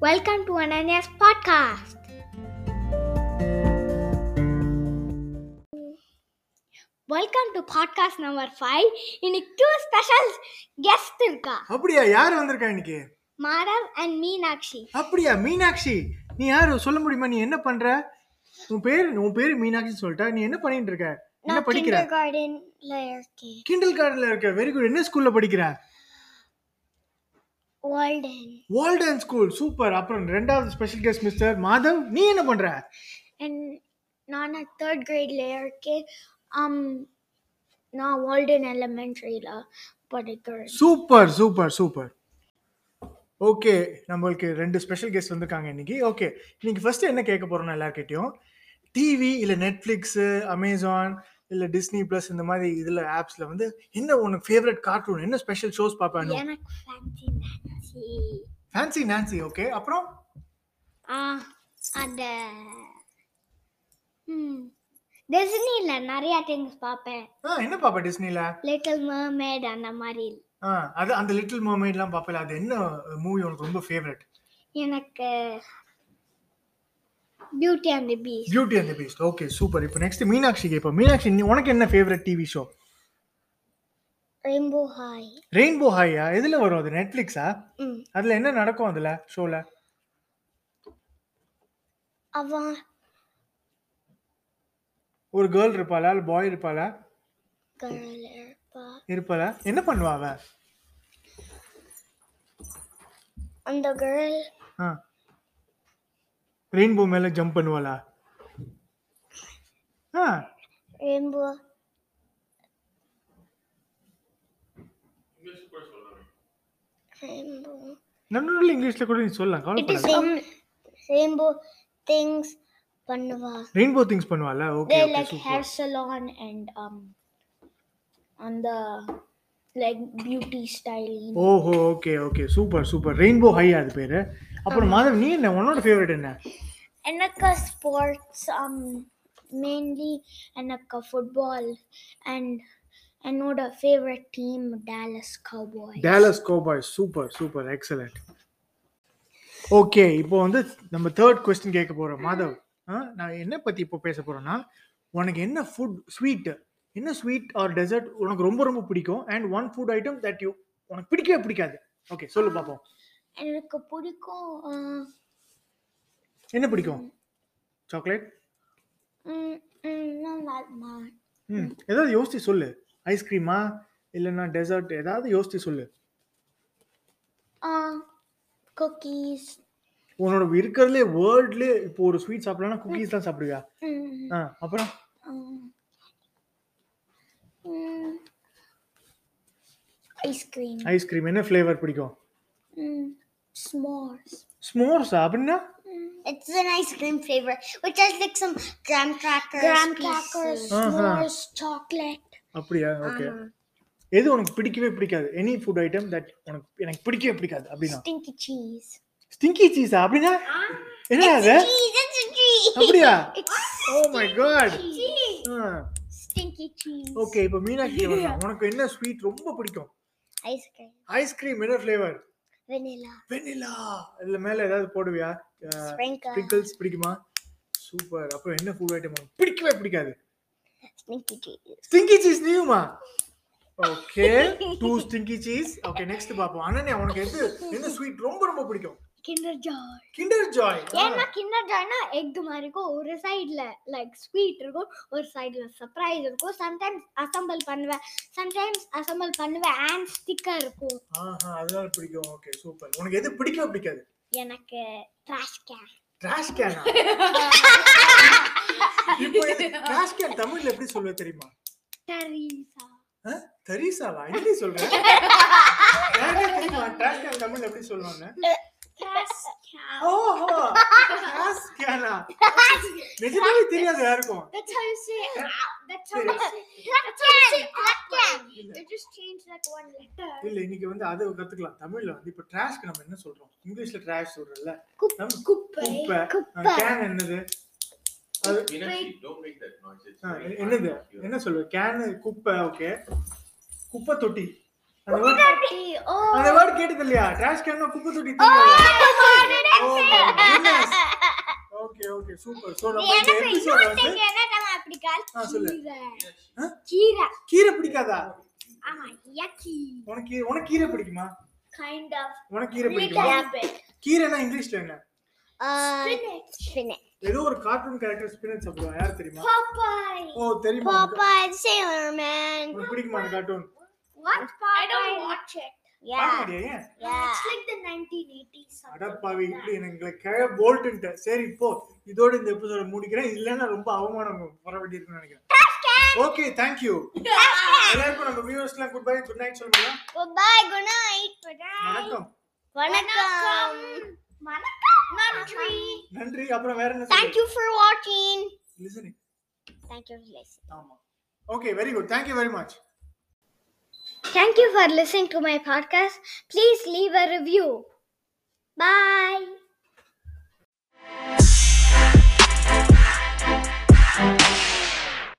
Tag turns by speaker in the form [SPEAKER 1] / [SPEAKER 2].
[SPEAKER 1] Welcome to Ananya's podcast. Welcome to podcast number five இன்னைக்கு two special guest இருக்கா
[SPEAKER 2] அப்படியா யார் வந்திருக்கா இன்னைக்கு
[SPEAKER 1] மாதவ் அண்ட் மீனாட்சி
[SPEAKER 2] அப்படியா மீனாட்சி நீ யார் சொல்ல முடியுமா நீ என்ன பண்ற உன் பேர் உன் பேர் மீனாட்சி சொல்லிட்டா நீ என்ன பண்ணிட்டு இருக்க என்ன
[SPEAKER 1] நான்
[SPEAKER 2] படிக்கிற
[SPEAKER 1] கிண்டர் கார்டன்ல இருக்கேன்
[SPEAKER 2] கிண்டல் கார்டில் இருக்க வெரி குட் என்ன ஸ்கூல்ல படிக்கிற
[SPEAKER 1] வால்டன்
[SPEAKER 2] வால்டன் ஸ்கூல் சூப்பர் அப்புறம் ரெண்டாவது ஸ்பெஷல் கெஸ்ட் மிஸ்டர் மாதவ் நீ என்ன பண்ற
[SPEAKER 1] அண்ட் நான் தேர்ட் கிரேட்ல இருக்கேன் um, நான் வால்டன் எலிமெண்ட்ரியில படிக்கிறேன்
[SPEAKER 2] சூப்பர் சூப்பர் சூப்பர் ஓகே நம்மளுக்கு ரெண்டு ஸ்பெஷல் கெஸ்ட் வந்திருக்காங்க இன்னைக்கு ஓகே இன்னைக்கு ஃபர்ஸ்ட் என்ன கேட்க போறோம்னா எல்லார்கிட்டயும் டிவி இல்ல நெட்ஃபிளிக்ஸ் அமேசான் இல்ல டிஸ்னி பிளஸ் இந்த மாதிரி இதுல ஆப்ஸ்ல வந்து என்ன உனக்கு ஃபேவரட் கார்ட்டூன் என்ன ஸ்பெஷல் ஷோஸ் பார்ப்பானு
[SPEAKER 1] எனக்கு fancy Nancy
[SPEAKER 2] fancy Nancy okay அப்புறம்
[SPEAKER 1] ஆ அந்த ம் டிஸ்னில நிறைய திங்ஸ் பார்ப்பேன்
[SPEAKER 2] ஆ, என்ன பாப்பா டிஸ்னில
[SPEAKER 1] லிட்டில் மர்மேட் அந்த மாதிரி
[SPEAKER 2] ஆ, அது அந்த லிட்டில் மர்மைட்லாம் பாப்பல அது என்ன மூவி உனக்கு ரொம்ப ஃபேவரட்
[SPEAKER 1] எனக்கு beauty and the piece
[SPEAKER 2] beauty and the Beast okay super இப்போ நெக்ஸ்ட் மீனாட்சி கேட்போம் மீனாட்சி நீ- உனக்கு என்ன favourite TV show
[SPEAKER 1] rainbow hi
[SPEAKER 2] rainbow ஹையா எதுல வரும் அது நெட்ஃபிளிக்ஸா
[SPEAKER 1] ம்
[SPEAKER 2] அதுல என்ன நடக்கும் அதுல ஷோல
[SPEAKER 1] அவன்
[SPEAKER 2] ஒரு கேர்ள் இருப்பாளா இல்ல பாய் இருப்பாளா
[SPEAKER 1] கேர்ள் இருப்பா
[SPEAKER 2] இருப்பாளா என்ன பண்ணுவா அவ
[SPEAKER 1] அந்த கேர்ள்
[SPEAKER 2] ரெயின்போ மேல ஜம்ப் பண்ணுவாளா ஆ
[SPEAKER 1] ரெயின்போ ரெயின்போ
[SPEAKER 2] நம்மளால இங்கிலீஷ்ல கூட நீ சொல்லலாம் கவலைப்படாத
[SPEAKER 1] ரெயின்போ திங்ஸ் பண்ணுவா
[SPEAKER 2] ரெயின்போ திங்ஸ் பண்ணுவாளா okay
[SPEAKER 1] they
[SPEAKER 2] okay
[SPEAKER 1] like hair
[SPEAKER 2] super
[SPEAKER 1] salon and um on the like beauty styling
[SPEAKER 2] ஓஹோ okay okay super super rainbow high அது பேரு அப்புறம் மாதவ் நீ என்ன உன்னோட ஃபேவரட் என்ன
[SPEAKER 1] Anaka sports um mainly Anaka football and another favorite team Dallas Cowboys.
[SPEAKER 2] Dallas cowboy super super excellent okay இப்போ வந்து நம்ம தேர்ட் கொஸ்டின் கேட்க போறோம் மாதவ் ஆ, நான் என்ன பத்தி இப்போ பேச போறேன்னா உனக்கு என்ன ஃபுட் ஸ்வீட் என்ன ஸ்வீட் ஆர் டெசர்ட் உனக்கு ரொம்ப ரொம்ப பிடிக்கும் and one food item that you உனக்கு பிடிக்கவே பிடிக்காது ஓகே சொல்லு பார்ப்போம்
[SPEAKER 1] எனக்கு பிடிக்கும் uh,
[SPEAKER 2] என்ன பிடிக்கும் chocolate
[SPEAKER 1] mm, mm, no not much.
[SPEAKER 2] ம் ஏதாவது யோசிச்சு சொல்லு ஐஸ்கிரீமா இல்லைன்னா டெசர்ட் ஏதாவது யோசிச்சு சொல்லு
[SPEAKER 1] Uh, cookies.
[SPEAKER 2] உன்னோட இருக்கிறதுலே வேர்ல்ட்லேயே இப்போ ஒரு ஸ்வீட் சாப்பிடலாம் குக்கீஸ் தான் சாப்பிடுவியா
[SPEAKER 1] Mm,
[SPEAKER 2] ஆ அப்புறம்
[SPEAKER 1] um, mm, ice cream.
[SPEAKER 2] Ice cream என்ன ஃப்ளேவர் பிடிக்கும்
[SPEAKER 1] Mm, s'mores.
[SPEAKER 2] ஸ்மோர்ஸ் அப்படின்னா
[SPEAKER 3] It's an ice cream flavor, which has like some graham crackers.
[SPEAKER 1] Graham
[SPEAKER 3] pieces.
[SPEAKER 1] crackers,
[SPEAKER 2] Uh-huh.
[SPEAKER 1] s'mores, chocolate.
[SPEAKER 2] அப்படியா ஓகே எது உனக்கு பிடிக்கவே பிடிக்காது எனி ஃபுட் ஐட்டம் தட் உனக்கு எனக்கு பிடிக்கவே பிடிக்காது அப்படின்னா
[SPEAKER 1] Stinky cheese.
[SPEAKER 2] ஸ்டிங்கி சீஸா அப்படின்னா என்ன அது
[SPEAKER 3] Cheese, it's a cheese.
[SPEAKER 2] அப்படியா
[SPEAKER 1] It's
[SPEAKER 2] oh my god
[SPEAKER 1] cheese. Stinky cheese.
[SPEAKER 2] Okay இப்போ மீனாட்சி வரலாம். உனக்கு என்ன ஸ்வீட் ரொம்ப பிடிக்கும்
[SPEAKER 1] Ice cream.
[SPEAKER 2] ஐஸ்கிரீம் என்ன ஃப்ளேவர்
[SPEAKER 1] Vanilla.
[SPEAKER 2] Uh, வெனிலா இதுல மேல ஏதாவது போடுவியா
[SPEAKER 1] Sprinkle.
[SPEAKER 2] ஸ்பிரிங்கிள்ஸ் பிடிக்குமா சூப்பர் அப்புறம் என்ன ஃபுட் ஐட்டம் உனக்கு பிடிக்கவே பிடிக்காது
[SPEAKER 1] Stinky cheese.
[SPEAKER 2] ஸ்டிங்கி சீஸ் நியூமா okay two stinky cheese okay next பாப்போம் அண்ணனே உனக்கு எது எந்த ஸ்வீட் ரொம்ப ரொம்ப பிடிக்கும்
[SPEAKER 1] Kinder Joy.
[SPEAKER 2] கிண்டர் ஜாய்
[SPEAKER 1] ஏன்னா கிண்டர் ஜாய்னா எக் மாதிரி இருக்கும் ஒரு சைடில் லைக் ஸ்வீட் இருக்கும் ஒரு சைடில் சர்ப்ரைஸ் இருக்கும் சம்டைம்ஸ் அசம்பிள் பண்ணுவேன் சம்டைம்ஸ் அசம்பிள் பண்ணுவேன் அண்ட் ஸ்டிக்கர் இருக்கும்
[SPEAKER 2] ஆஹா அதனால பிடிக்கும் ஓகே சூப்பர் உனக்கு எது பிடிக்கவே பிடிக்காது
[SPEAKER 1] எனக்கு ட்ராஷ் கேன்
[SPEAKER 2] ட்ராஷ் கேனா இப்போ ட்ராஷ் கேன் தமிழ்ல எப்படி சொல்லுவ தெரியுமா
[SPEAKER 1] டரீசா
[SPEAKER 2] ஆ? தரிசாவா எப்படி சொல்றேன் யாருக்கா தெரியுமா ட்ராஷ் கேன் தமிழ்ல எப்படி சொல்லுவாங்க
[SPEAKER 1] ட்ராஷ் கேன்
[SPEAKER 2] ஓஹோ ட்ராஷ் கேனா நிஜமாவே தெரியாது யாருக்கும்
[SPEAKER 1] That's how you say it. That's how
[SPEAKER 2] Yeah.
[SPEAKER 1] you say That's how you say Kraken. They just changed like one letter.
[SPEAKER 2] இல்ல இன்னைக்கு வந்து அதை கத்துக்கலாம் தமிழ்ல வந்து இப்ப ட்ராஷ்க்கு நம்ம என்ன சொல்றோம் இங்கிலீஷ்ல ட்ராஷ் சொல்றோம்ல
[SPEAKER 1] குப்-
[SPEAKER 2] நம்ம-
[SPEAKER 1] குப்பை.
[SPEAKER 2] குப்பை
[SPEAKER 1] குப்பை.
[SPEAKER 2] கேன் என்னது அது
[SPEAKER 4] Meenakshi, don't make that noise. It's
[SPEAKER 2] ah,
[SPEAKER 4] very hard
[SPEAKER 2] என்னது
[SPEAKER 4] to hear.
[SPEAKER 2] என்ன சொல்லுவ கேன் குப்பை ஓகே குப்பை தொட்டி ஆ அந்த word- அந்த
[SPEAKER 1] Oh,
[SPEAKER 2] வேர்ட் கேட்டது இல்லையா trash can குப்பை தொட்டி ஓகே ஓகே சூப்பர் சோ நம்ம இந்த எபிசோட் வந்து ஆ, சொல்லு. ஆ?
[SPEAKER 1] கீரை
[SPEAKER 2] கீரை பிடிக்காதா
[SPEAKER 1] ஆமா yucky
[SPEAKER 2] உனக்கு உனக்கு கீரை பிடிக்குமா
[SPEAKER 1] kind of
[SPEAKER 2] உனக்கு கீரை பிடிக்குமா
[SPEAKER 1] little bit
[SPEAKER 2] கீரைனா இங்கிலீஷ்ல என்ன
[SPEAKER 1] spinach
[SPEAKER 3] spinach.
[SPEAKER 2] ஏதோ ஒரு கார்ட்டூன் கேரக்டர் ஸ்பினட் சாப்பிடுவா யார் தெரியுமா
[SPEAKER 1] Popeye
[SPEAKER 2] ஓ தெரியுமா உனக்கு?
[SPEAKER 3] Papa and Sailor Man.
[SPEAKER 2] உனக்கு பிடிக்குமா அந்த cartoon
[SPEAKER 1] what Popeye I don't watch it
[SPEAKER 3] Yeah,
[SPEAKER 2] ஏன்
[SPEAKER 3] yeah.
[SPEAKER 1] it's like the 1980s
[SPEAKER 2] அடப்பாவி இப்படி எனக்கு கிழ போல்ட்டு சரி இப்போ இதோட இந்த எபிசோட முடிக்கிறேன் இல்லைன்னா ரொம்ப அவமானம் வர வேண்டியிருக்குன்னு நினைக்கிறேன் ஓகே தேங்க்யூ எல்லாருக்கும் நம்ம வியூவர்ஸ்லாம் குட் பை குட் நைட் சொல்லுங்க
[SPEAKER 3] Goodbye. Good night.
[SPEAKER 2] வணக்கம்
[SPEAKER 3] Vanakkam.
[SPEAKER 1] நன்றி
[SPEAKER 2] நன்றி அப்புறம் வேற என்ன
[SPEAKER 3] Thank you for watching.
[SPEAKER 2] Listening
[SPEAKER 3] Thank you for listening.
[SPEAKER 2] ஆமா okay very good thank you very much
[SPEAKER 1] Thank you for listening to my podcast. Please leave a review. Bye.